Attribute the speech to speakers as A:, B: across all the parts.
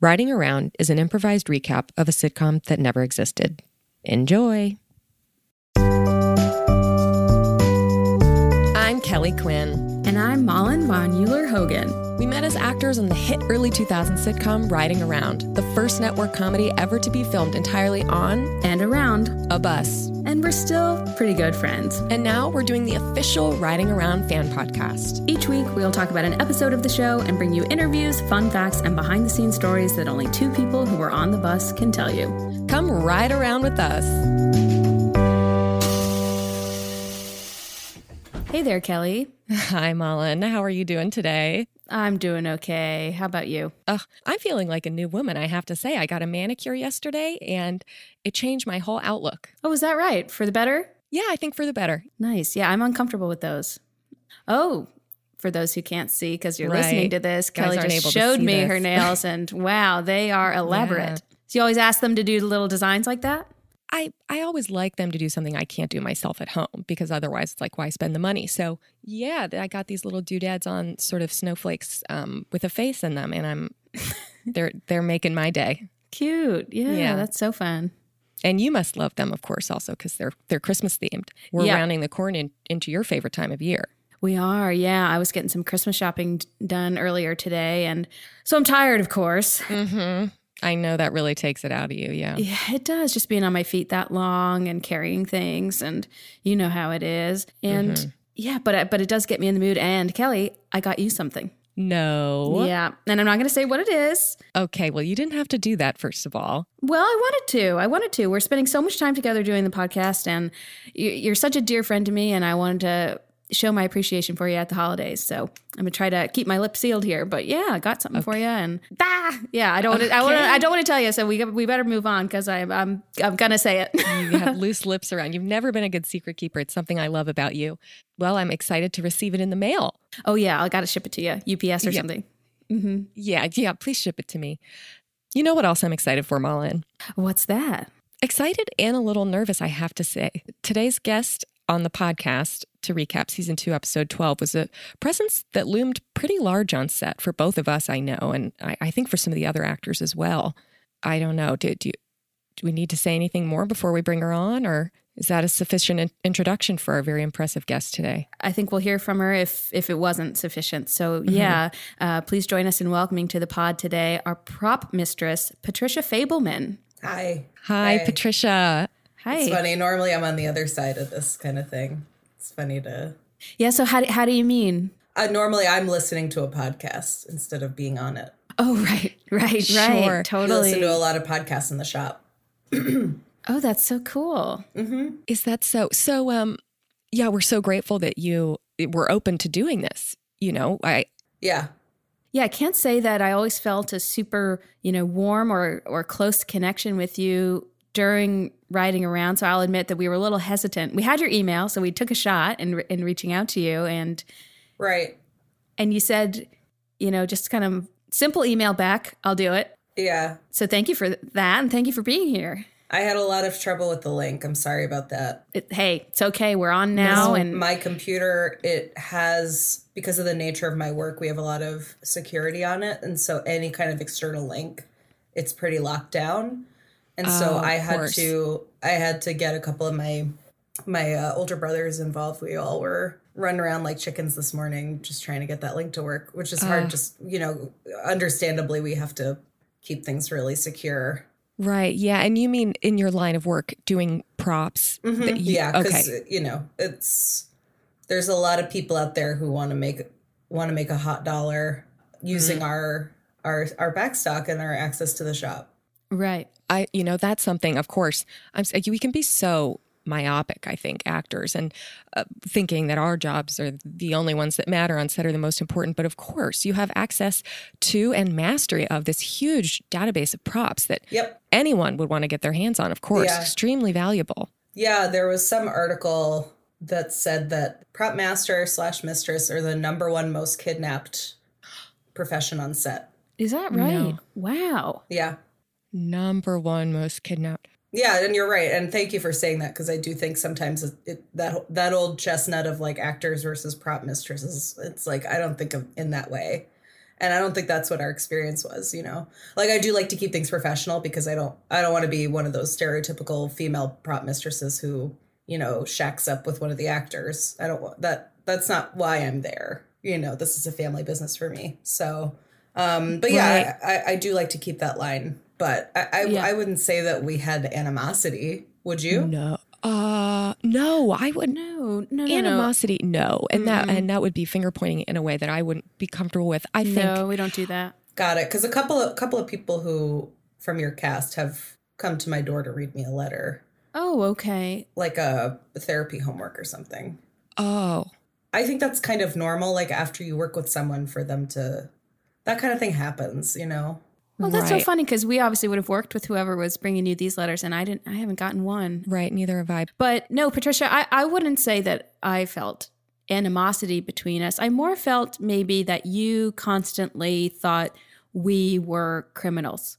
A: Riding Around is an improvised recap of a sitcom that never existed. Enjoy. I'm Kelly Quinn.
B: And I'm Malin von Euler Hogan.
A: We met as actors on the hit early 2000s sitcom Riding Around, the first network comedy ever to be filmed entirely on
B: And around.
A: a bus.
B: And we're still pretty good friends.
A: And now we're doing the official Riding Around fan podcast.
B: Each week, we'll talk about an episode of the show and bring you interviews, fun facts, and behind the scenes stories that only two people who were on the bus can tell you.
A: Come ride around with us.
B: Hey there, Kelly.
A: Hi, Malin. How are you doing today?
B: I'm doing okay. How about you?
A: Ugh, I'm feeling like a new woman, I have to say. I got a manicure yesterday and it changed my whole outlook.
B: Oh, is that right? For the better?
A: Yeah, I think for the better.
B: Nice. Yeah, I'm uncomfortable with those. Oh, for those who can't see because you're
A: Right.
B: listening to this,
A: Guys
B: Kelly
A: aren't
B: just
A: able to
B: showed
A: see
B: me
A: this.
B: her nails and wow, they are elaborate. So you always ask them to do little designs like that?
A: I, I always like them to do something I can't do myself at home because otherwise it's like, why spend the money? So, yeah, th- I got these little doodads on sort of snowflakes um, with a face in them and I'm. They're they're making my day,
B: Cute. Yeah,
A: Yeah.
B: that's so fun.
A: and you must love them, of course, also because they're they're Christmas themed. We're
B: Yeah.
A: rounding the corner in, into your favorite time of year.
B: We are. Yeah, I was getting some Christmas shopping d- done earlier today and so I'm tired, of course.
A: hmm I know that really takes it out of you. Yeah,
B: Yeah, it does. Just being on my feet that long and carrying things, and you know how it is. And yeah, but it- but it does get me in the mood. And Kelly, I got you something.
A: no,
B: Yeah, and I'm not going to say what it is.
A: Okay, well, you didn't have to do that, first of all.
B: Well, I wanted to. I wanted to. We're spending so much time together doing the podcast, and you- you're such a dear friend to me. And I wanted to show my appreciation for you at the holidays. So I'm gonna try to keep my lips sealed here. But yeah, I got something for you. And bah, yeah, I don't. Wanna, I want. to
A: Okay.
B: I don't want to tell you. So we we better move on because I'm I'm I'm gonna say it.
A: You have loose lips around. You've never been a good secret keeper. It's something I love about you. Well, I'm excited to receive it in the mail.
B: Oh yeah, I got to ship it to you, UPS or
A: Yeah.
B: something. hmm
A: Yeah, yeah, please ship it to me. You know what else I'm excited for, Malin?
B: What's that?
A: Excited and a little nervous, I have to say. Today's guest on the podcast, to recap season two, episode 12, was a presence that loomed pretty large on set for both of us, I know, and I, I think for some of the other actors as well. I don't know. Do, do, do we need to say anything more before we bring her on, or is that a sufficient in- introduction for our very impressive guest today?
B: I think we'll hear from her if if it wasn't sufficient. So
A: Mm-hmm.
B: yeah, uh, please join us in welcoming to the pod today our prop mistress Patricia Fableman.
C: Hi.
A: Hi,
C: Hey.
A: Patricia.
C: It's
B: Hi.
C: funny. Normally I'm on the other side of this kind of thing. It's funny to.
B: Yeah. So how do- how do you mean?
C: Uh, normally I'm listening to a podcast instead of being on it.
B: Oh right, right,
A: Sure.
B: right.
C: I listen
B: Totally.
C: to a lot of podcasts in the shop.
B: Oh, that's so cool.
A: Is that so? So, um, yeah, we're so grateful that you were open to doing this. You know, I,
C: Yeah.
B: Yeah, I can't say that I always felt a super, you know, warm or or close connection with you during riding around. So I'll admit that we were a little hesitant. We had your email, so we took a shot in in reaching out to you, and
C: Right.
B: and you said, you know, just kind of simple email back. I'll do it.
C: Yeah.
B: So thank you for that, and thank you for being here.
C: I had a lot of trouble with the link. I'm sorry about that.
B: It, hey, it's okay. We're on now, and
C: My computer, it has, because of the nature of my work, we have a lot of security on it. And so any kind of external link, it's pretty locked down. And
A: Oh,
C: so
A: of
C: I had
A: course.
C: to, I had to get a couple of my, my uh, older brothers involved. We all were running around like chickens this morning, just trying to get that link to work, which is
A: Ah.
C: hard. Just, you know, understandably, we have to keep things really secure.
A: Right. Yeah. And you mean in your line of work doing props?
C: Mhm.
A: that you-
C: yeah, because
A: Okay.
C: you know it's there's a lot of people out there who want to make want to make a hot dollar using
A: Mm-hmm.
C: our our our backstock and our access to the shop.
B: right.
A: I, you know, that's something, of course, I'm, s- we can be so myopic, I think, actors, and uh, thinking that our jobs are the only ones that matter on set are the most important. But of course, you have access to and mastery of this huge database of props that
C: Yep.
A: anyone would want to get their hands on, of course.
C: Yeah.
A: Extremely valuable.
C: Yeah, there was some article that said that prop master slash mistress are the number one most kidnapped profession on set.
B: Is that
A: No.
B: right? Wow.
C: Yeah.
A: Number one most kidnapped.
C: Yeah, and you're right, and thank you for saying that because I do think sometimes it, it, that that old chestnut of like actors versus prop mistresses, it's like I don't think of in that way, And I don't think that's what our experience was, you know. Like I do like to keep things professional because I don't I don't want to be one of those stereotypical female prop mistresses who, you know, shacks up with one of the actors. I don't want that that's not why I'm there. You know, this is a family business for me. So um but yeah, I, I, I do like to keep that line. But I I,
B: Yeah.
C: I wouldn't say that we had animosity, would you?
A: No. Uh no, I wouldn't
B: No, no, no, no.
A: animosity no and that
B: Mm-hmm.
A: and that would be finger pointing in a way that i wouldn't be comfortable with i think
B: No, we don't do that.
C: Got it. Because a couple of couple of people who from your cast have come to my door to read me a letter,
B: Oh, okay.
C: like a therapy homework or something.
A: oh
C: I think that's kind of normal. Like after you work with someone, for them to that kind of thing happens. You know.
B: Well, that's so
A: Right.
B: funny because we obviously would have worked with whoever was bringing you these letters, and I didn't. I haven't gotten one.
A: right neither have i
B: But no, Patricia, I, I wouldn't say that I felt animosity between us. I more felt maybe that you constantly thought we were criminals.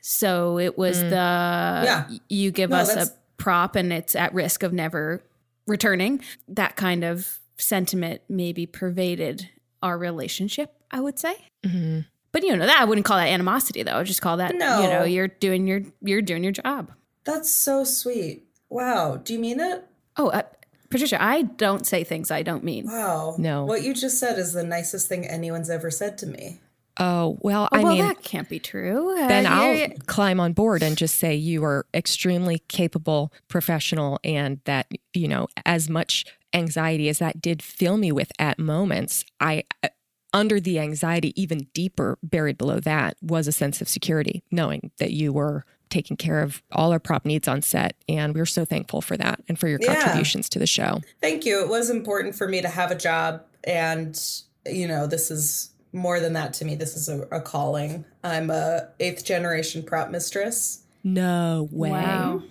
B: So it was the
C: Mm. Yeah.
B: you give
C: No,
B: us a
C: that's-
B: prop and it's at risk of never returning. That kind of sentiment maybe pervaded our relationship, I would say.
A: Mhm.
B: But you know, that I wouldn't call that animosity though. I would just call that you know,
C: No.
B: you're doing your you're doing your job.
C: That's so sweet. Wow. Do you mean it?
B: Oh, uh, Patricia, I don't say things I don't mean.
C: Wow.
A: No.
C: What you just said is the nicest thing anyone's ever said to me.
A: oh well
B: Oh,
A: i
B: well,
A: mean
B: that can't be true. Uh,
A: then
B: you're-
A: i'll climb on board and just say you are extremely capable professional and that you know as much anxiety as that did fill me with at moments i uh, under the anxiety even deeper buried below that was a sense of security knowing that you were taking care of all our prop needs on set and we were so thankful for that and for your
C: Yeah.
A: contributions to the show
C: Thank you. It was important for me to have a job. And, you know, this is more than that to me. This is a, a calling. I'm a eighth generation prop mistress.
A: No way.
B: Wow.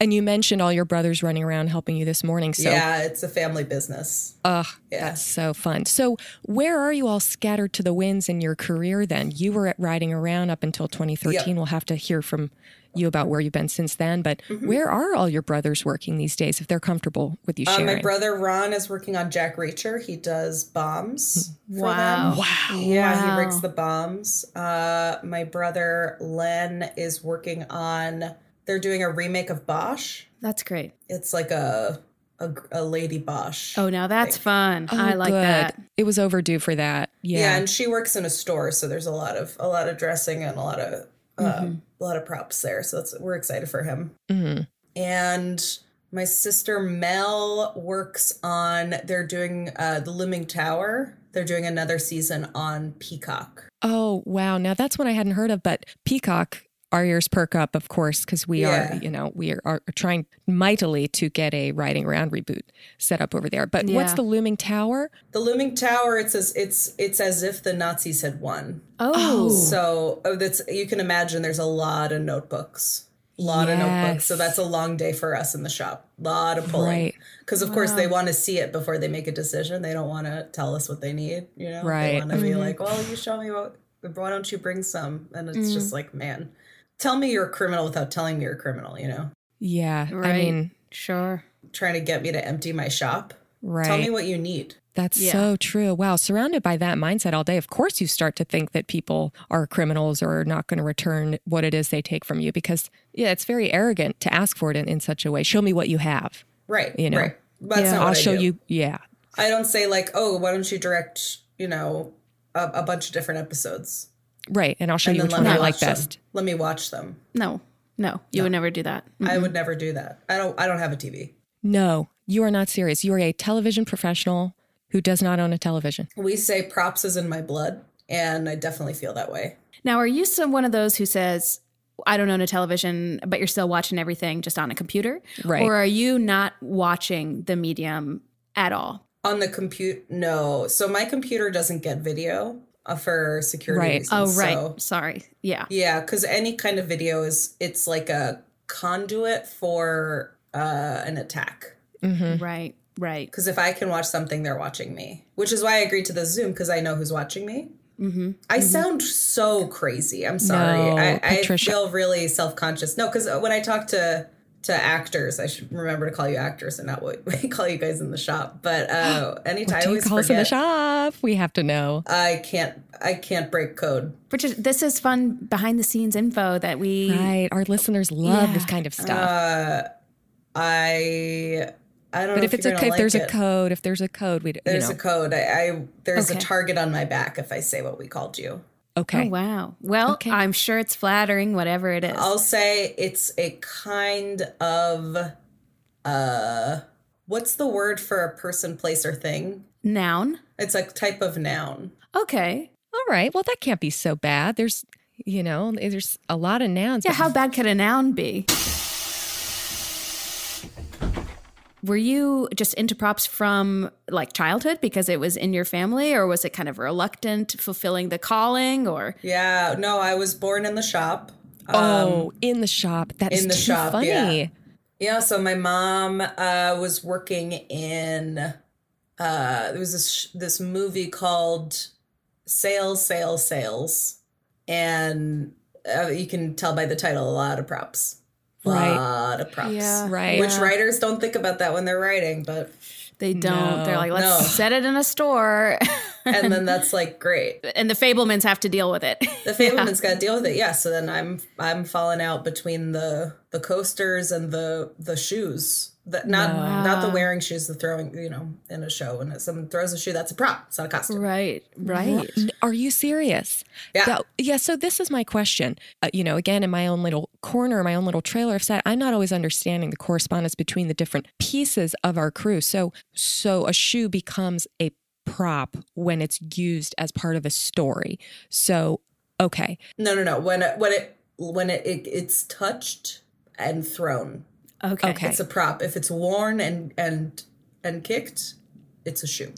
A: And you mentioned all your brothers running around helping you this morning. So,
C: yeah, it's a family business.
A: ugh,
C: Yeah.
A: that's so fun. So, where are you all scattered to the winds in your career then? You were at riding around up until 2013.
C: Yep.
A: We'll have to hear from you about where you've been since then. But
C: Mm-hmm.
A: where are all your brothers working these days if they're comfortable with you
C: Uh,
A: sharing?
C: my brother Ron is working on Jack Reacher. He does bombs. for
B: Wow.
C: them.
A: wow.
C: Yeah,
B: Wow.
C: he rigs the bombs. Uh, my brother Len is working on. They're doing a remake of Bosch.
B: That's great.
C: It's like a a, a lady Bosch.
B: Oh, now that's fun. I
A: Oh,
B: like
A: good.
B: that.
A: It was overdue for that. Yeah.
C: yeah. and she works in a store, so there's a lot of a lot of dressing and a lot of uh,
A: Mm-hmm.
C: a lot of props there. So that's, we're excited for him.
A: Mhm.
C: and my sister Mel works on. They're doing uh, the Looming Tower. They're doing another season on Peacock.
A: Oh, wow. Now that's one I hadn't heard of, but Peacock, our ears perk up, of course, because we are,
C: Yeah.
A: you know, we are, are trying mightily to get a Riding Around reboot set up over there. But what's
B: Yeah.
A: the Looming Tower?
C: The Looming Tower. It's as it's it's as if the Nazis had won.
B: Oh,
C: So oh, that's you can imagine. There's a lot of notebooks. A lot of notebooks. So
A: Yes.
C: that's a long day for us in the shop. A lot of pulling.
A: Right.
C: Because of course they want to see it before they make a decision. They don't want to tell us what they need. You know.
A: Right. Mm-hmm.
C: They want to be like, well, you show me what. Why don't you bring some? And
A: Mm.
C: it's just like, man, tell me you're a criminal without telling me you're a criminal. You know,
A: Yeah.
B: right.
A: I mean,
B: sure.
C: trying to get me to empty my shop.
A: right.
C: Tell me what you need.
A: That's
B: Yeah.
A: so true. Wow. Surrounded by that mindset all day, of course, you start to think that people are criminals or are not going to return what it is they take from you because, yeah, it's very arrogant to ask for it in, in such a way. Show me what you have.
C: Right.
A: You know.
C: Right. That's
B: Yeah.
C: not what
A: I'll
C: I
A: show
C: do.
A: you. Yeah.
C: I don't say like, oh, why don't you direct, you know, a, a bunch of different episodes
A: Right. And I'll show you which
C: let
A: one
C: me
A: I
C: watch
A: like
C: them.
A: best.
C: Let me watch them.
B: No, no, you would never do that.
C: I
A: Mm-hmm.
C: would never do that. I don't. I don't have a TV.
A: No, you are not serious. You are a television professional who does not own a television.
C: We say props is in my blood, and I definitely feel that way.
B: Now, are you some one of those who says, I don't own a television, but you're still watching everything just on a computer?
A: Right.
B: Or are you not watching the medium at all?
C: On the compute, no. So my computer doesn't get video uh, for security
A: Right.
C: reasons.
B: Oh, right.
C: So,
B: Sorry. Yeah.
C: yeah, because any kind of video is it's like a conduit for uh, an attack.
A: hmm
B: Right. Right.
C: Because if I can watch something, they're watching me, which is why I agreed to the Zoom because I know who's watching me.
B: Mm-hmm.
C: I sound so crazy. I'm sorry.
A: No,
C: I, I
A: Patricia.
C: feel really self conscious. No, because when uh, I talk to to actors. I should remember to call you actors and not what we call you guys in the shop. But uh, anytime
A: What
C: I
A: do you
C: always
A: call us in the
C: forget,
A: shop? We have to know.
C: I can't. I can't break code.
B: Richard, this is fun behind the scenes info that we.
A: Right. Our listeners love this
B: Yeah.
A: kind of stuff.
C: Uh, I. I don't know
A: but if it's
C: you're
A: a
C: gonna
A: if
C: like
A: there's a
C: it.
A: code, if there's a code, we you
C: there's
A: know.
C: a code. I, I there's
B: Okay.
C: a target on my back if I say what we called you.
A: okay.
B: Oh, wow. Well,
A: Okay.
B: I'm sure it's flattering, whatever it is.
C: I'll say it's a kind of uh what's the word for a person, place, or thing?
B: Noun.
C: It's a type of noun.
B: Okay.
A: All right. Well, that can't be so bad. There's you know, eh, there's a lot of nouns.
B: Yeah,
A: but-
B: how bad could a noun be? Were you just into props from like childhood because it was in your family, or was it kind of reluctant fulfilling the calling? Or
C: Yeah, no, I was born in the shop.
A: oh, in the shop. That is
C: in the
A: too
C: shop,
A: funny.
C: yeah. Yeah, so my mom uh, was working in uh, there was this this movie called Sales, Sales, Sales, and uh, you can tell by the title a lot of props, a
A: Right.
C: lot of props,
A: Right.
C: Which writers don't think about that when they're writing, but
B: they don't. They're
A: No.
B: like, let's
C: No.
B: set it in a store,
C: and then that's like great.
B: and the Fablemans have to deal with it.
C: The Fableman's got to deal with it, yeah. So then I'm I'm falling out between the the coasters and the the shoes. That not not the wearing shoes, the throwing. You know, in a show when someone throws a shoe, that's a prop. It's not a costume.
B: right, right.
A: N- Are you serious?
C: Yeah.
A: That- yeah. So this is my question. Uh, you know, again, in my own little corner, my own little trailer of set, I'm not always understanding the correspondence between the different pieces of our crew. So, so a shoe becomes a prop when it's used as part of a story. So, okay,
C: No, no, no. When it, when it when it, it it's touched and thrown,
B: Okay.
A: Okay.
C: it's a prop. If it's worn and and and kicked, it's a shoe.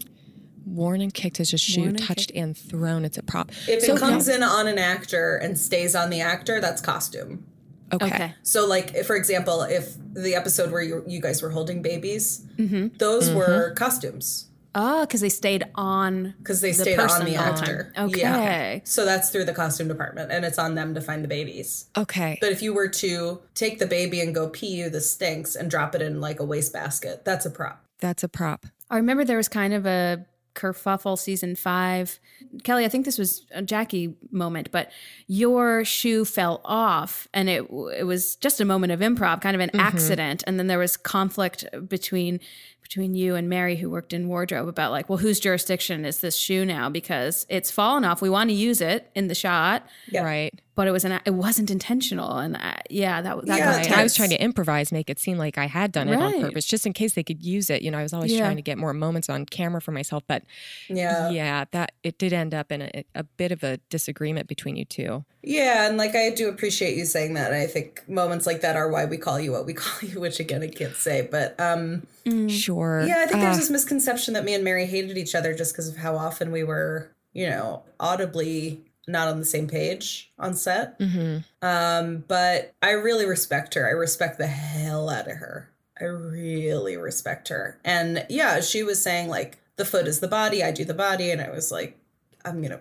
A: worn and kicked is a shoe,
B: Worn and
A: touched and thrown. It's a prop.
C: If
A: So-
C: it comes in on an actor and stays on the actor, that's costume.
A: Okay.
B: Okay.
C: So, like, if, for example, if the episode where you, you guys were holding babies,
B: Mm-hmm.
C: those were costumes
B: Oh, because they stayed on
C: because they
B: the
C: stayed
B: person
C: on the
B: all time.
C: actor.
B: Okay.
C: Yeah. So that's through the costume department, and it's on them to find the babies.
A: Okay.
C: But if you were to take the baby and go pee you, the stinks, and drop it in like a wastebasket, that's a prop.
A: That's a prop.
B: I remember there was kind of a kerfuffle season five. Kelly, I think this was a Jackie moment, but your shoe fell off and it it was just a moment of improv, kind of an accident. And then there was conflict between between you and Mary who worked in wardrobe about like, well, whose jurisdiction is this shoe now? Because it's fallen off. We want to use it in the shot,
C: Yeah.
A: Right.
B: but it was an it wasn't intentional. And I, yeah, that, that
C: Yeah,
B: was
A: Right. I was
C: tense.
A: trying to improvise, make it seem like I had done it on
B: Right.
A: purpose, just in case they could use it. You know, I was always
B: Yeah.
A: trying to get more moments on camera for myself. But
C: Yeah.
A: yeah, that it did end up in a, a bit of a disagreement between you two.
C: Yeah, and like I do appreciate you saying that. And I think moments like that are why we call you what we call you, which again I can't say. But um
B: Mm.
A: Sure.
C: yeah, I think there's
B: Uh,
A: Ah,
C: this misconception that me and Mary hated each other just because of how often we were, you know, audibly not on the same page on set.
A: mhm.
C: Um, but I really respect her. I respect the hell out of her. I really respect her. And yeah, she was saying like the foot is the body, I do the body, and I was like, I'm gonna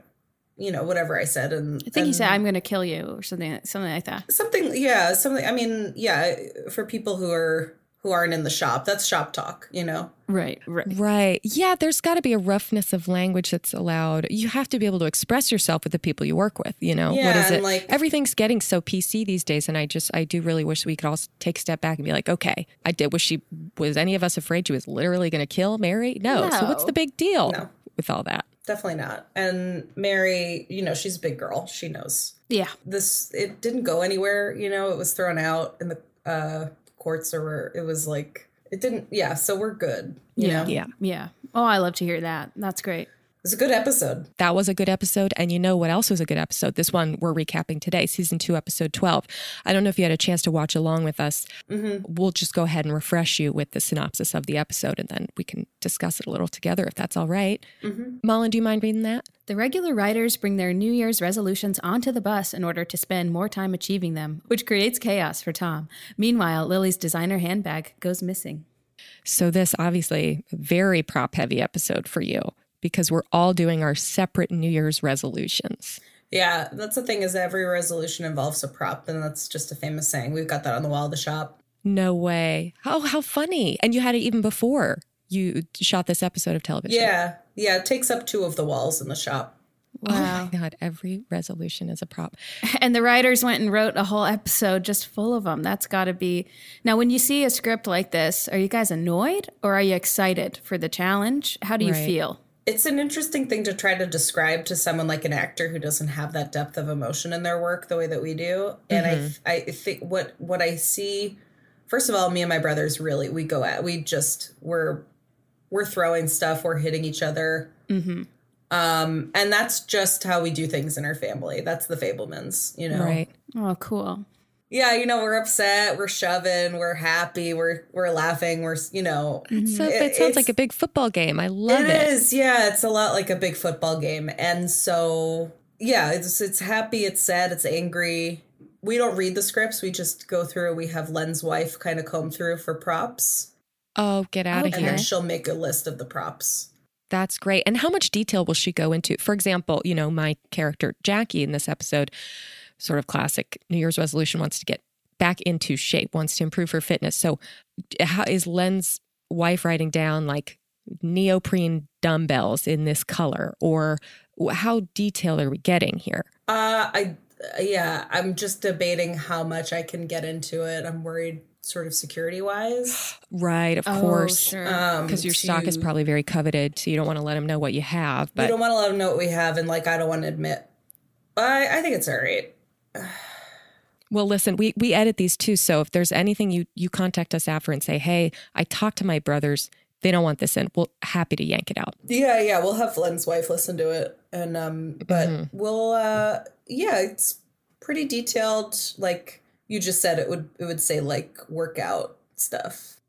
C: you know, whatever I said and
B: I think you
C: and-
B: said I'm going to kill you or something something like that.
C: something yeah something i mean yeah for people who are who aren't in the shop that's shop talk you know
B: Right, right.
A: Right. Yeah, there's got to be a roughness of language that's allowed. You have to be able to express yourself with the people you work with. You
B: Oh,
A: know, what
C: Yeah,
A: is
C: and,
A: it?
C: like-
A: Everything's getting so PC these days. And I just, I do really wish we could all s- take a step back and be like, okay, I did. Was she, was any of us afraid she was literally going to kill Mary? No. So what's
B: No.
A: the big deal
C: No.
A: with all that?
C: definitely not and mary you know she's a big girl she knows
B: Yeah.
C: this it didn't go anywhere you know it was thrown out in the uh courts or where it was like it didn't yeah so we're good you
B: Yeah.
C: know
A: Yeah.
B: Yeah. Oh, I love to hear that. That's great.
C: it's a good episode
A: That was a good episode. And you know what else was a good episode? This one we're recapping today, season two, episode 12. I don't know if you had a chance to watch along with us. We'll just go ahead and refresh you with the synopsis of the episode and then we can discuss it a little together if that's all right. Mullen, do you mind reading that?
B: The regular riders bring their New Year's resolutions onto the bus in order to spend more time achieving them, which creates chaos for Tom. Meanwhile, Lily's designer handbag goes missing.
A: So, this obviously very prop heavy episode for you because we're all doing our separate New Year's resolutions.
C: yeah that's the thing is every resolution involves a prop and that's just a famous saying we've got that on the wall of the shop
A: No way. Oh, how funny. And you had it even before you shot this episode of television.
C: Yeah. Yeah. It takes up two of the walls in the shop.
A: Oh my God. Every resolution is a prop.
B: And the writers went and wrote a whole episode just full of them. That's got to be. Now, when you see a script like this, are you guys annoyed or are you excited for the challenge? How do you
A: Right.
B: feel?
C: It's an interesting thing to try to describe to someone like an actor who doesn't have that depth of emotion in their work the way that we do. And I I think what what I see first of all, me and my brothers really we go at we just we're we're throwing stuff, we're hitting each other.
B: Mm-hmm.
C: Um, and that's just how we do things in our family. That's the Fablemans, you know.
A: Right.
B: Oh, cool.
C: Yeah, you know, we're upset, we're shoving, we're happy, we're we're laughing, we're you know,
B: Mm-hmm.
A: So it,
C: It-
A: sounds
C: it's-
A: like a big football game. I love it.
C: It is, yeah. It's a lot like a big football game, and so yeah, it's it's happy, it's sad, it's angry. We don't read the scripts; we just go through. We have Len's wife kind of comb through for props,
A: Oh, get out of
B: Okay.
C: and
A: here.
C: then she'll make a list of the props.
A: That's great. And how much detail will she go into? For example, you know, my character, Jackie, in this episode, sort of classic New Year's resolution, wants to get back into shape, wants to improve her fitness. So, d- how is Len's wife writing down like neoprene dumbbells in this color? Or wh- how detailed are we getting here?
C: Uh, I yeah, I'm just debating how much I can get into it. I'm worried, sort of security wise,
A: Right, of
B: Oh,
A: course.
B: sure.
C: Um,
A: Because your stock is probably very coveted. So, you don't want to let him know what you have.
C: We
A: But
C: don't want to let them know what we have, and like I don't want to admit. I I think it's all right.
A: Well, listen, we we edit these too, so if there's anything you you contact us after and say, "Hey, I talked to my brothers. They don't want this in." We'll happy to yank it out.
C: Yeah, yeah, we'll have Len's wife listen to it, and um, but
A: Mm-hmm.
C: we'll uh, yeah, it's pretty detailed. Like you just said, it would it would say like workout stuff,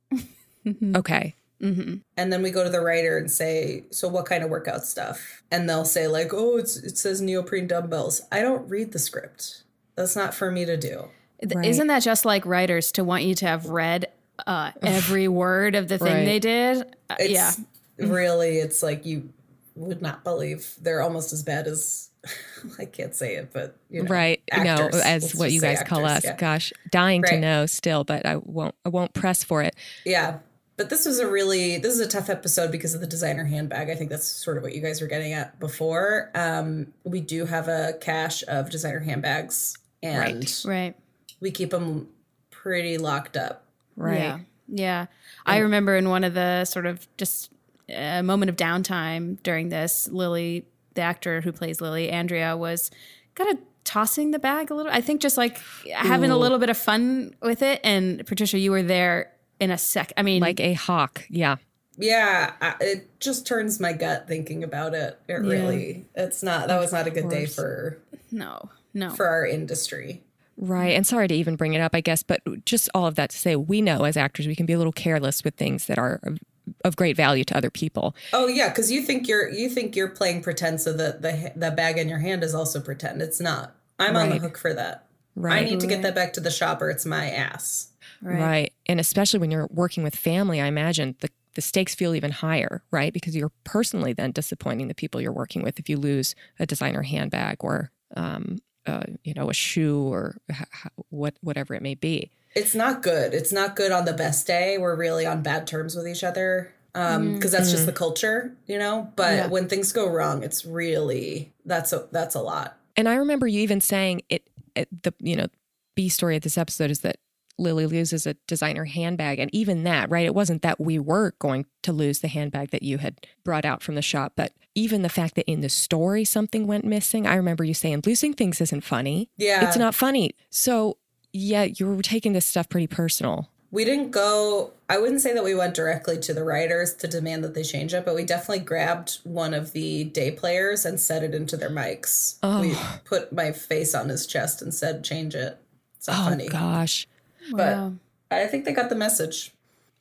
B: Mm-hmm.
A: Okay.
C: and then we go to the writer and say, so what kind of workout stuff? And they'll say like, oh, it's it says neoprene dumbbells. I don't read the script. That's not for me to do.
B: Th-
A: Right.
B: Isn't that just like writers to want you to have read uh, every word of the thing
A: Right.
B: they did? Uh,
C: It's
B: yeah.
A: Mm-hmm.
C: really, it's like you would not believe they're almost as bad as I can't say it, but you know,
A: right.
C: actors.
A: no, as
C: Let's
A: what
C: just
A: you
C: say
A: guys call
C: actors,
A: us.
C: yeah.
A: Gosh, dying to
C: Right.
A: know still, but I won't I won't press for it.
C: Yeah. But this was a really this is a tough episode because of the designer handbag. I think that's sort of what you guys were getting at before. Um, we do have a cache of designer handbags, and
B: Right.
C: we keep them pretty locked up.
A: Right.
B: Yeah. Yeah. I remember in one of the sort of just a moment of downtime during this, Lily, the actor who plays Lily, Andrea, was kind of tossing the bag a little. I think just like having a little bit of fun with it. And Patricia, you were there in a sec. I mean,
A: Like a hawk. Yeah.
C: Yeah, I, it just turns my gut thinking about it. It really, it's not that was not a good day for
B: no, no.
C: for our industry. Mm-hmm.
A: Right. And sorry to even bring it up, I guess, but just all of that to say, we know as actors we can be a little careless with things that are of, of great value to other people.
C: Oh yeah, because you think you're you think you're playing pretend, so that the the bag in your hand is also pretend. It's not. I'm on the
A: Right.
C: hook for that. I
A: Right.
C: need to get that back to the shop, or it's my ass.
B: right.
A: Right. And especially when you're working with family, I imagine the, the stakes feel even higher, right? Because you're personally then disappointing the people you're working with if you lose a designer handbag or, um, uh, you know, a shoe or h- h- what, whatever it may be.
C: it's not good. It's not good on the best day. We're really on bad terms with each other because
A: Mm-hmm.
C: that's just the culture, you know. But
B: Yeah.
C: when things go wrong, it's really that's a that's a lot.
A: And I remember you even saying it, it the, you know, B story of this episode is that Lily loses a designer handbag. And even that, right? It wasn't that we were going to lose the handbag that you had brought out from the shop, but even the fact that in the story something went missing. I remember you saying losing things isn't funny.
C: Yeah,
A: It's not funny. So, yeah, you were taking this stuff pretty personal.
C: we didn't go. I wouldn't say that we went directly to the writers to demand that they change it, but we definitely grabbed one of the day players and set it into their mics.
A: Oh.
C: We put my face on his chest and said, "Change it." It's not
A: Oh,
C: funny,
A: gosh.
C: but
B: Wow.
C: I think they got the message.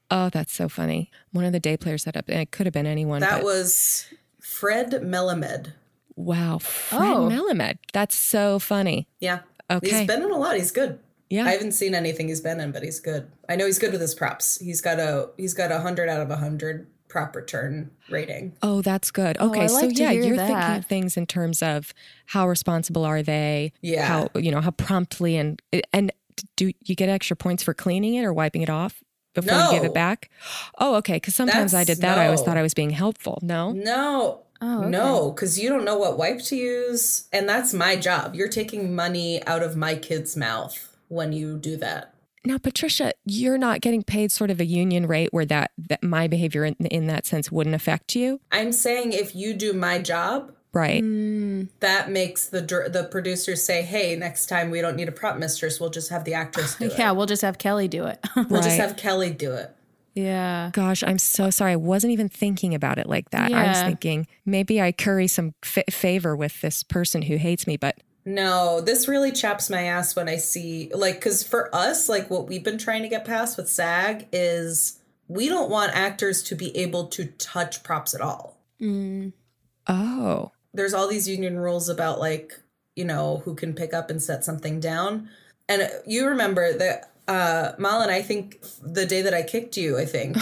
A: Oh, that's so funny. One of the day players set up, and it could have been anyone.
C: That
A: but-
C: was Fred Melamed.
A: wow, Fred
B: Oh.
A: Melamed. That's so funny.
C: Yeah.
A: Okay.
C: He's been in a lot. He's good.
A: Yeah.
C: I haven't seen anything he's been in, but he's good. I know he's good with his props. He's got a he's got a hundred out of a hundred prop return rating.
A: Oh, that's good. Okay,
B: I
A: so
B: like to
A: yeah,
B: hear
A: you're thinking
B: that.
A: of things in terms of how responsible are they?
C: Yeah.
A: How you know how promptly and and do you get extra points for cleaning it or wiping it off before you give
C: No.
A: it back? Oh, okay. Because sometimes I
C: That's-
A: did that. I always
C: no.
A: thought I was being helpful. No.
C: No.
B: Oh, okay.
C: No, because you don't know what wipe to use. And that's my job. You're taking money out of my kid's mouth when you do that.
A: Now, Patricia, you're not getting paid sort of a union rate where that, that my behavior in, in that sense wouldn't affect you.
C: I'm saying if you do my job,
A: Right.
B: Mm,
C: that makes the dir- the producers say, "Hey, next time we don't need a prop mistress. We'll just have the actress do it.
B: yeah, we'll just have Kelly do it.
C: We'll just
A: Right.
C: have Kelly do it."
B: yeah.
A: Gosh, I'm so sorry. I wasn't even thinking about it like that. I was
B: Yeah.
A: thinking maybe I curry some fa- favor with this person who hates me, but
C: No, this really chaps my ass when I see like cuz for us like what we've been trying to get past with SAG is we don't want actors to be able to touch props at all.
B: Mm,
A: oh,
C: there's all these union rules about like you know who can pick up and set something down and uh, you remember that uh malin i think the day that i kicked you i think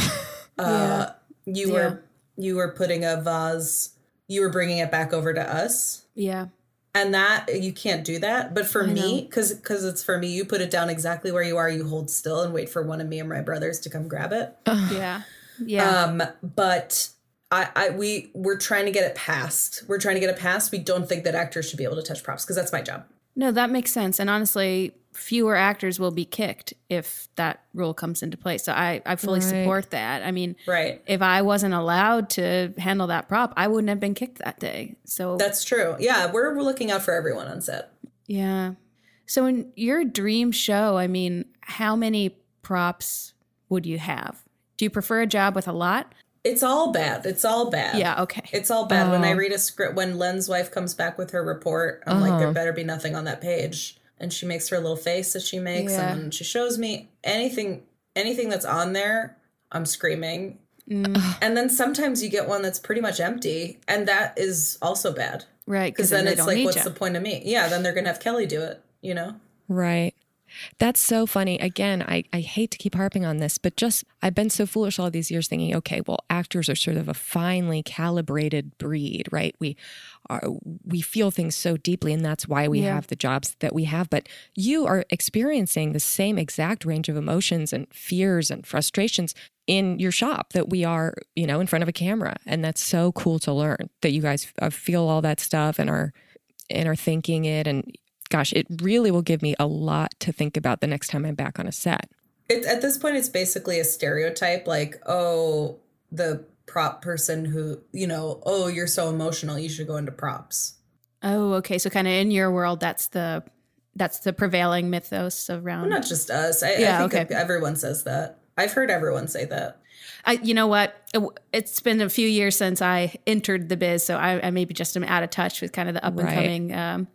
C: uh you were you were putting a vase you were bringing it back over to us
B: yeah.
C: and that you can't do that but for
B: I
C: me because because it's for me you put it down exactly where you are you hold still and wait for one of me and my brothers to come grab it
B: Yeah. Yeah.
C: um, but I, I we we're trying to get it passed. We're trying to get it passed. We don't think that actors should be able to touch props because that's my job.
B: no, that makes sense. And honestly, fewer actors will be kicked if that rule comes into play. So I, I fully
A: Right.
B: support that. I mean,
C: Right.
B: if I wasn't allowed to handle that prop, I wouldn't have been kicked that day. So
C: That's true. Yeah, we're we're looking out for everyone on set.
B: yeah. So in your dream show, I mean, how many props would you have? Do you prefer a job with a lot?
C: It's all bad. It's all bad.
B: Yeah, okay.
C: It's all bad. When I
A: Oh.
C: read a script, when Len's wife comes back with her report, I'm like, there
A: Uh-huh.
C: better be nothing on that page. And she makes her little face that she makes,
B: Yeah.
C: and she shows me anything anything that's on there. I'm screaming.
B: Mm,
C: And then sometimes you get one that's pretty much empty, and that is also bad.
B: right,
C: Because then,
B: they
C: it's
B: don't
C: like,
B: need
C: what's
B: ya.
C: the point of me? Yeah, then they're gonna have Kelly do it. You know,
A: right. That's so funny. Again, I, I hate to keep harping on this, but just I've been so foolish all these years thinking, okay, well, actors are sort of a finely calibrated breed, right? We are we feel things so deeply and that's why we
B: Yeah.
A: have the jobs that we have, but you are experiencing the same exact range of emotions and fears and frustrations in your shop that we are, you know, in front of a camera. And that's so cool to learn that you guys uh, feel all that stuff and are and are thinking it and gosh, it really will give me a lot to think about the next time I'm back on a set.
C: it's at this point, it's basically a stereotype. Like, oh, the prop person who, you know, oh, you're so emotional, you should go into props.
B: Oh, okay. So kind of in your world, that's the that's the prevailing mythos
C: Well,
B: around.
C: not just us. I,
B: Yeah,
C: I think
B: okay. everyone
C: everyone says that. I've heard everyone say that.
B: I, you know what? It, has been a few years since I entered the biz, so I, I maybe just am out of touch with kind of the up and
A: Right.
B: coming. Um,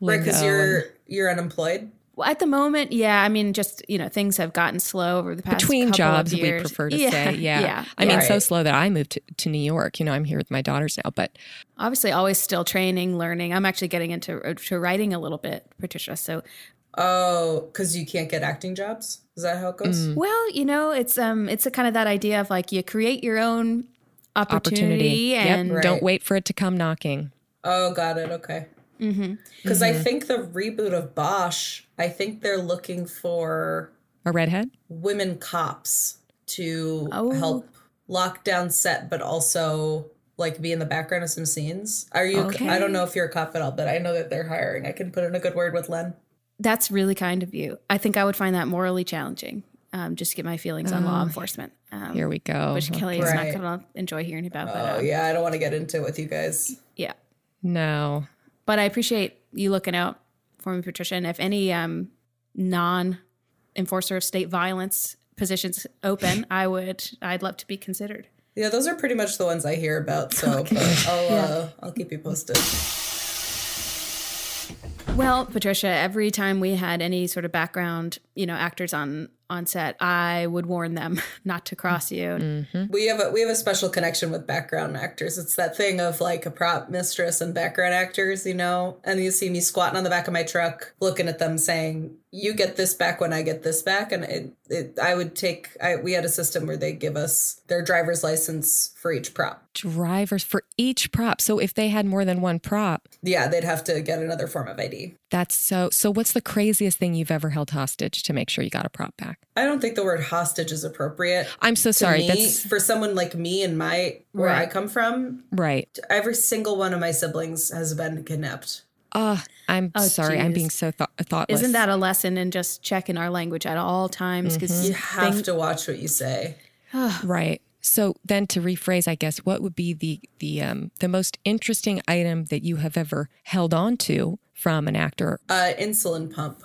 C: Right? Because
A: Lingo
C: you're you're unemployed.
B: well, at the moment, yeah. I mean, just you know, things have gotten slow over the
A: and
B: past
A: between
B: couple
A: jobs,
B: Of
A: we
B: years.
A: prefer to
B: Yeah,
A: say. Yeah.
B: yeah.
A: I mean,
B: yeah.
A: so
C: Right.
A: slow that I moved to, to New York. You know, I'm here with my daughters now, but
B: obviously, always still training, learning. I'm actually getting into uh, to writing a little bit, Patricia. So
C: Oh, because you can't get acting jobs. Is that how it goes?
A: Mm.
B: Well, you know, it's um, it's a kind of that idea of like you create your own
A: opportunity.
B: opportunity, and
A: yep.
C: Right.
A: Don't wait for it to come knocking.
C: Oh, got it. Okay.
B: Mhm.
C: Because I think the reboot of Bosch, I think they're looking for
A: A redhead?
C: women cops to
B: Oh.
C: help lock down set, but also like be in the background of some scenes. Are you?
A: Okay.
C: I don't know if you're a cop at all, but I know that they're hiring. I can put in a good word with Len.
B: that's really kind of you. I think I would find that morally challenging. Um, just to get my feelings on law enforcement, um,
A: Oh, Here we go.
B: which Kelly is
C: Right.
B: not going to enjoy hearing about. But
C: Oh
B: um,
C: yeah, I don't want to get into it with you guys.
B: yeah,
A: No.
B: but I appreciate you looking out for me, Patricia. And if any um, non-enforcer of state violence positions open, I would, I'd love to be considered.
C: Yeah, those are pretty much the ones I hear about. So but I'll uh, I'll keep you posted.
B: Well, Patricia, every time we had any sort of background, you know, actors on on set, I would warn them not to cross you.
C: We have a we have a special connection with background actors. It's that thing of like a prop mistress and background actors, you know. And you see me squatting on the back of my truck, looking at them, saying, "You get this back when I get this back." And it, it I would take. I we had a system where they give us their driver's license for each prop.
A: driver's for each prop. So if they had more than one prop,
C: Yeah, they'd have to get another form of ID.
A: that's so. So what's the craziest thing you've ever held hostage to make sure you got a prop back?
C: I don't think the word hostage is appropriate.
A: I'm so
C: to
A: sorry.
C: me.
A: That's
C: for someone like me and my where I
B: Right.
C: come from.
A: right.
C: Every single one of my siblings has been kidnapped.
A: Ah, I'm
B: Oh,
A: sorry. I'm
B: geez.
A: being so thought- thoughtless.
B: Isn't that a lesson in just checking our language at all times? Because
A: Mm-hmm.
C: You have to watch what you say.
A: Right. So then to rephrase, I guess, what would be the the um the most interesting item that you have ever held on to from an actor
C: Uh, insulin pump.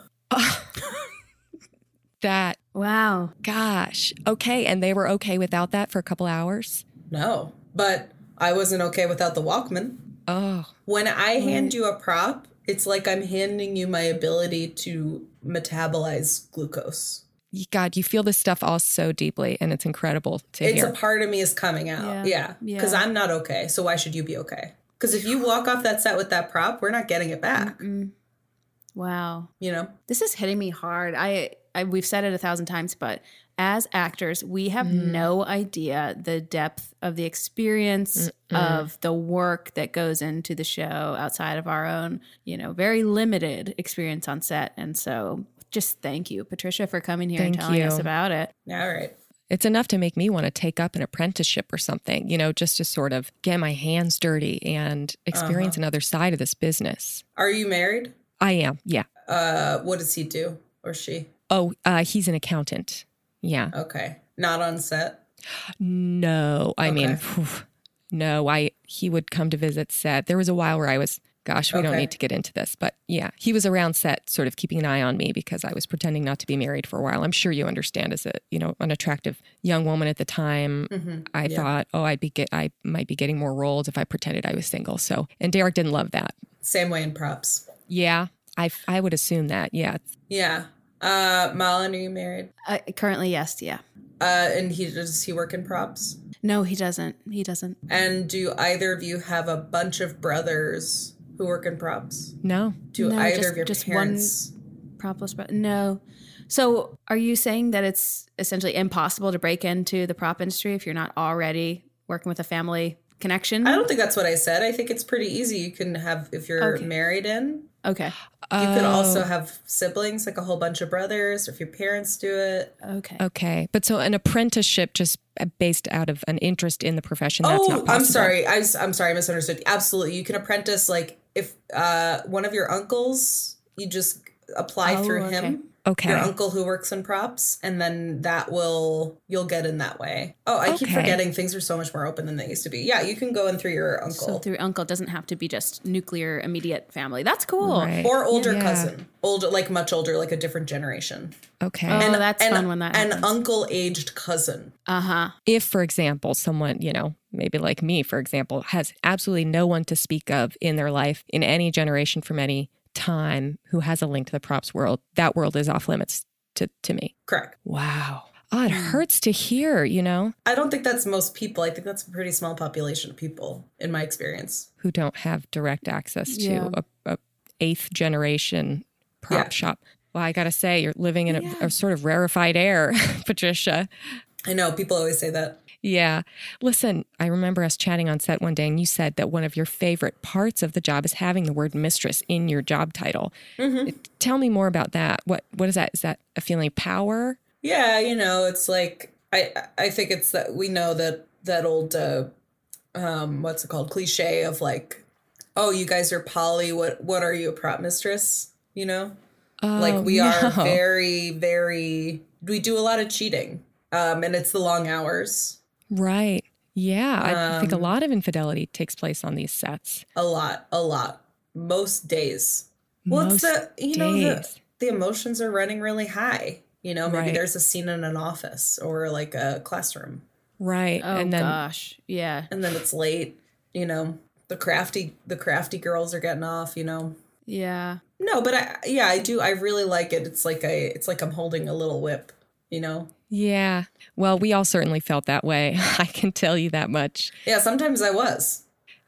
A: that
B: wow,
A: gosh, okay, and they were okay without that for a couple hours?
C: No, but I wasn't okay without the Walkman.
A: Oh,
C: When I hand you a prop, it's like I'm handing you my ability to metabolize glucose.
A: you- God, you feel this stuff all so deeply and it's incredible to
C: It's
A: hear.
C: a part of me is coming out. Yeah.
B: Yeah.
C: Because
B: Yeah.
C: I'm not okay. So why should you be okay? Because if you walk off that set with that prop, we're not getting it back.
B: Mm-hmm. Mm. wow,
C: You know?
B: this is hitting me hard. I, I we've said it a thousand times, but as actors, we have
A: Mm-hmm.
B: no idea the depth of the experience of the work that goes into the show outside of our own, you know, very limited experience on set. And so, just thank you, Patricia, for coming here and
A: Thank
B: telling us
A: you.
B: about it.
C: All right.
A: it's enough to make me want to take up an apprenticeship or something, you know, just to sort of get my hands dirty and
C: Uh-huh.
A: experience another side of this business.
C: Are you married?
A: I am, yeah.
C: Uh, what does he do or she?
A: Oh, uh, he's an accountant. Yeah.
C: Okay. Not on set.
A: No, I mean,
C: Okay.
A: phew, no. I he would come to visit set. There was a while where I was, gosh, we don't
C: Okay.
A: need to get into this, but yeah, he was around set, sort of keeping an eye on me because I was pretending not to be married for a while. I'm sure you understand, as a you know, an attractive young woman at the time,
C: Mm-hmm.
A: I thought, oh, I'd be get, I might be getting more roles if I pretended I was single. So, and Derek didn't love that.
C: Same way in props.
A: Yeah, I I would assume that. Yeah,
C: Yeah. Uh, Malin, are you married?
B: Uh, currently, yes, yeah.
C: Uh, and he does he work in props?
B: No, he doesn't. He doesn't.
C: And do either of you have a bunch of brothers who work in props?
A: no,
C: Do
B: No,
C: either
B: just-
C: of your
B: just one-
C: parents?
B: propless but no so are you saying that it's essentially impossible to break into the prop industry if you're not already working with a family connection
C: I don't think that's what I said. I think it's pretty easy. You can have if you're
B: Okay.
C: married in.
B: okay
C: You could also
A: Oh.
C: have siblings, like a whole bunch of brothers, if your parents do it.
B: okay
A: Oh, Okay, but so an apprenticeship just uh, based out of an interest in the profession. That's not
C: oh,
A: possible.
C: I'm sorry. I was, I'm sorry. I misunderstood. Absolutely, you can apprentice. Like if uh, one of your uncles, you just apply
B: Oh,
C: through
B: okay.
C: him.
A: Okay.
C: Your uncle who works in props, and then that will you'll get in that way. Oh, I keep
A: Okay.
C: forgetting things are so much more open than they used to be. Yeah, you can go in through your uncle
B: so through uncle doesn't have to be just nuclear immediate family that's cool
A: Right.
C: or older
A: Yeah.
C: cousin, older like much older, like a different generation.
A: Okay.
B: Oh, that's fun when that
C: an
B: happens.
C: uncle aged cousin.
B: uh-huh
A: if, for example, someone, you know, maybe like me, for example, has absolutely no one to speak of in their life in any generation from any time who has a link to the props world, that world is off limits to, to me.
C: Correct.
A: Wow. Oh, it hurts to hear, you know,
C: I don't think that's most people. I think that's a pretty small population of people in my experience.
A: who don't have direct access to
B: Yeah.
A: a, a eighth generation prop
C: Yeah.
A: shop. Well, I gotta say, you're living in a,
B: Yeah.
A: a sort of rarefied air, Patricia.
C: I know people always say that.
A: Yeah. Listen, I remember us chatting on set one day, and you said that one of your favorite parts of the job is having the word mistress in your job title.
C: Mm-hmm.
A: Tell me more about that. What What is that? Is that a feeling of power?
C: Yeah, you know, it's like I I think it's that we know that that old uh, um what's it called cliche of like, oh, you guys are poly. What what are you a prop mistress? You know,
A: Oh,
C: like we are
A: no.
C: very very we do a lot of cheating. Um, and it's the long hours.
A: right. Yeah, I think a
C: Um,
A: lot of infidelity takes place on these sets.
C: A lot, a lot. Most days. Well, it's
A: Most
C: the you know the,
A: days.
C: the emotions are running really high. You know, maybe
A: Right.
C: there's a scene in an office or like a classroom,
A: Right.
B: oh
A: and then
B: gosh yeah
C: and then it's late. You know, the crafty the crafty girls are getting off. You know,
B: yeah
C: no, but I yeah I do I really like it. It's like I it's like I'm holding a little whip. You know,
A: yeah. Well, we all certainly felt that way. I can tell you that much.
C: yeah. Sometimes I was,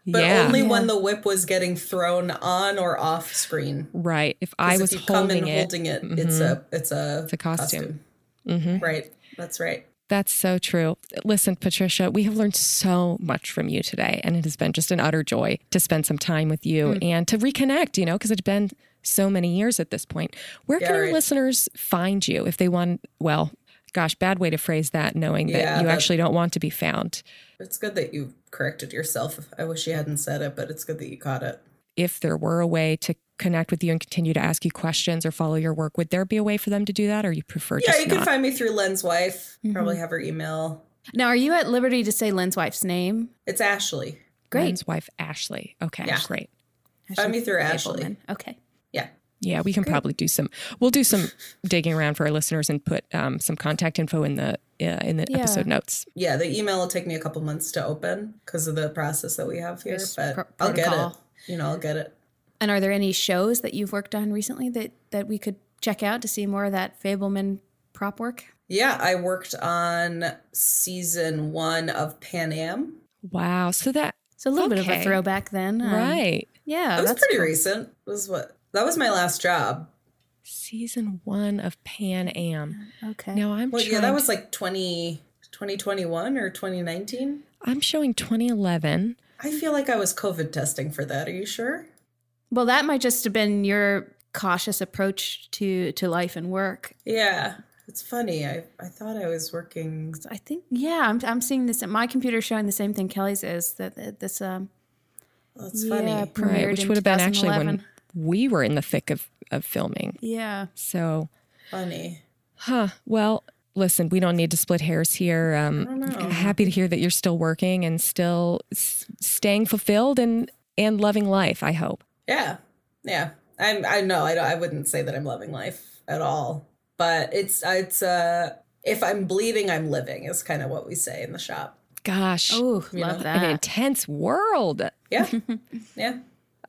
C: but
A: yeah.
C: only when the whip was getting thrown on or off screen.
A: right. If I
C: 'Cause
A: was
C: if you
A: holding
C: come in
A: it, Mm-hmm.
C: holding it, it's a it's a
A: it's a costume.
C: costume. Right. That's right.
A: That's so true. Listen, Patricia, we have learned so much from you today, and it has been just an utter joy to spend some time with you mm. and to reconnect, you know, because it's been so many years at this point. Where yeah, can our right. listeners find you if they want, well, gosh, bad way to phrase that, knowing that yeah, you that, actually don't want to be found.
C: It's good that you corrected yourself. I wish you hadn't said it, but it's good that you caught it.
A: If there were a way to connect with you and continue to ask you questions or follow your work, would there be a way for them to do that, or you prefer?
C: Yeah,
A: you
C: not? can find me through Lens Wife. Mm-hmm. Probably have her email.
B: Now, are you at liberty to say Lens Wife's name?
C: It's Ashley.
A: Great. Lens Wife Ashley. Okay, yeah. great.
C: Ashley find me through Ashley. Ableman.
B: Okay.
C: Yeah.
A: Yeah, we can Great. probably do some. We'll do some digging around for our listeners and put um, some contact info in the uh, in the yeah. episode notes.
C: Yeah, the email will take me a couple months to open because of the process that we have here, There's but pro- I'll get it. You know, I'll get it.
B: And are there any shows that you've worked on recently that that we could check out to see more of that Fableman prop work?
C: Yeah, I worked on season one of Pan Am.
A: Wow, so that
B: it's a little okay. bit of a throwback then,
A: um, right?
B: Yeah,
C: it was pretty Oh, cool. recent. It was what that was my last job.
A: Season one of Pan Am.
B: Okay.
A: Now I'm.
C: Well, yeah, that was like 20, 2021 or 2019.
A: I'm showing 2011.
C: I feel like I was COVID testing for that. Are you sure?
B: Well, that might just have been your cautious approach to to life and work.
C: Yeah. It's funny. I, I thought I was working.
B: I think yeah. I'm I'm seeing this. My computer showing the same thing Kelly's is that this um.
C: Well, that's yeah, funny.
A: Premiered right, which would have been actually when we were in the thick of of filming.
B: Yeah.
A: So
C: funny.
A: Huh. Well, listen, we don't need to split hairs here. Um happy to hear that you're still working and still s- staying fulfilled and and loving life, I hope.
C: Yeah. Yeah. I'm I know I I wouldn't say that I'm loving life at all, but it's it's uh if I'm bleeding, I'm living is kind of what we say in the shop.
A: Gosh.
B: Oh, love know? that.
A: An intense world.
C: Yeah. yeah.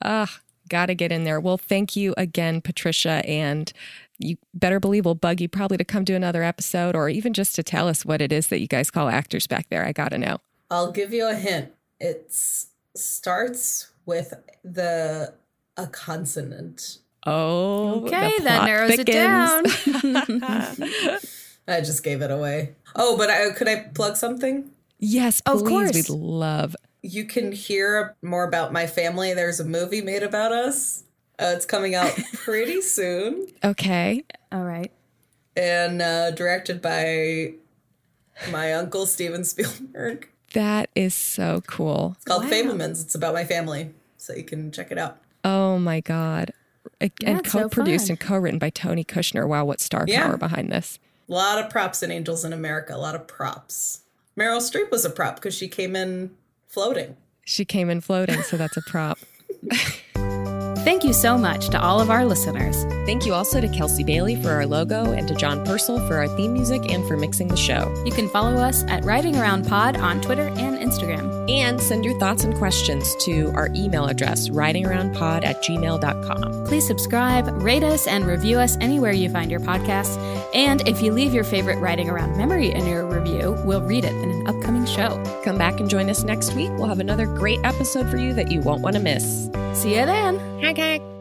A: Ugh got to get in there. Well, thank you again, Patricia. And you better believe we'll bug you probably to come do another episode or even just to tell us what it is that you guys call actors back there. I got to know.
C: I'll give you a hint. It starts with the a consonant.
A: Oh,
B: okay, that narrows thickens.
C: it down. I just gave it away. Oh, but I, could I plug something?
A: Yes, please. Of course. We'd love
C: you can hear more about my family. There's a movie made about us. Uh, it's coming out pretty soon.
A: Okay.
B: All right.
C: And uh, directed by my uncle, Steven Spielberg.
A: That is so cool.
C: It's called wow. Fablemans. It's about my family. So you can check it out.
A: Oh, my God. It, and co produced so and co written by Tony Kushner. Wow, what star yeah. power behind this!
C: A lot of props in Angels in America. A lot of props. Meryl Streep was a prop because she came in floating.
A: She came in floating, so that's a prop.
B: Thank you so much to all of our listeners.
A: Thank you also to Kelsey Bailey for our logo and to John Purcell for our theme music and for mixing the show.
B: You can follow us at Writing Around Pod on Twitter and Instagram.
A: And send your thoughts and questions to our email address, writingaroundpod at gmail.com.
B: Please subscribe, rate us, and review us anywhere you find your podcasts. And if you leave your favorite Writing Around memory in your review, we'll read it in an upcoming show.
A: Come back and join us next week. We'll have another great episode for you that you won't want to miss.
B: See you then.
A: Hi, okay.